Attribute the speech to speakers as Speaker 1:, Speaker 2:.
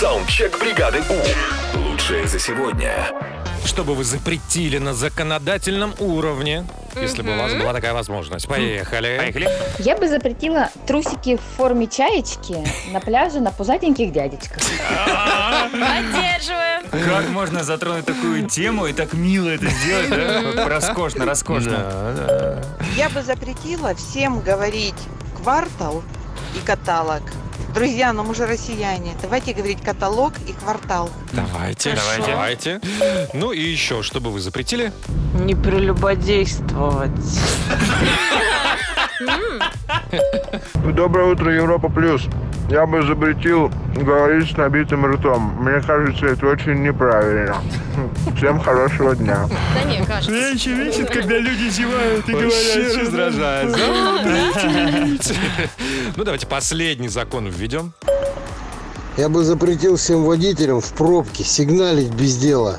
Speaker 1: Саундчек бригады У. Лучшее за сегодня.
Speaker 2: чтобы вы запретили на законодательном уровне, если бы у вас была такая возможность. Поехали.
Speaker 3: Поехали.
Speaker 4: Я бы запретила трусики в форме чаечки на пляже на пузатеньких дядечках.
Speaker 5: Поддерживаем.
Speaker 3: Как можно затронуть такую тему и так мило это сделать, да? Вот Роскошно, роскошно.
Speaker 2: Да, да.
Speaker 6: Я бы запретила всем говорить квартал и каталог. Друзья, но мы же россияне. Давайте говорить каталог и квартал.
Speaker 2: Давайте,
Speaker 3: Хорошо.
Speaker 2: давайте. Ну и еще, чтобы вы запретили.
Speaker 7: Не прелюбодействовать.
Speaker 8: Доброе утро, Европа Плюс. Я бы запретил говорить с набитым ртом. Мне кажется, это очень неправильно. Всем хорошего дня.
Speaker 5: Да не, кажется.
Speaker 3: еще весит, когда люди зевают и
Speaker 2: Вообще
Speaker 3: говорят.
Speaker 2: раздражает. Ну давайте последний закон введем.
Speaker 9: Я бы запретил всем водителям в пробке сигналить без дела.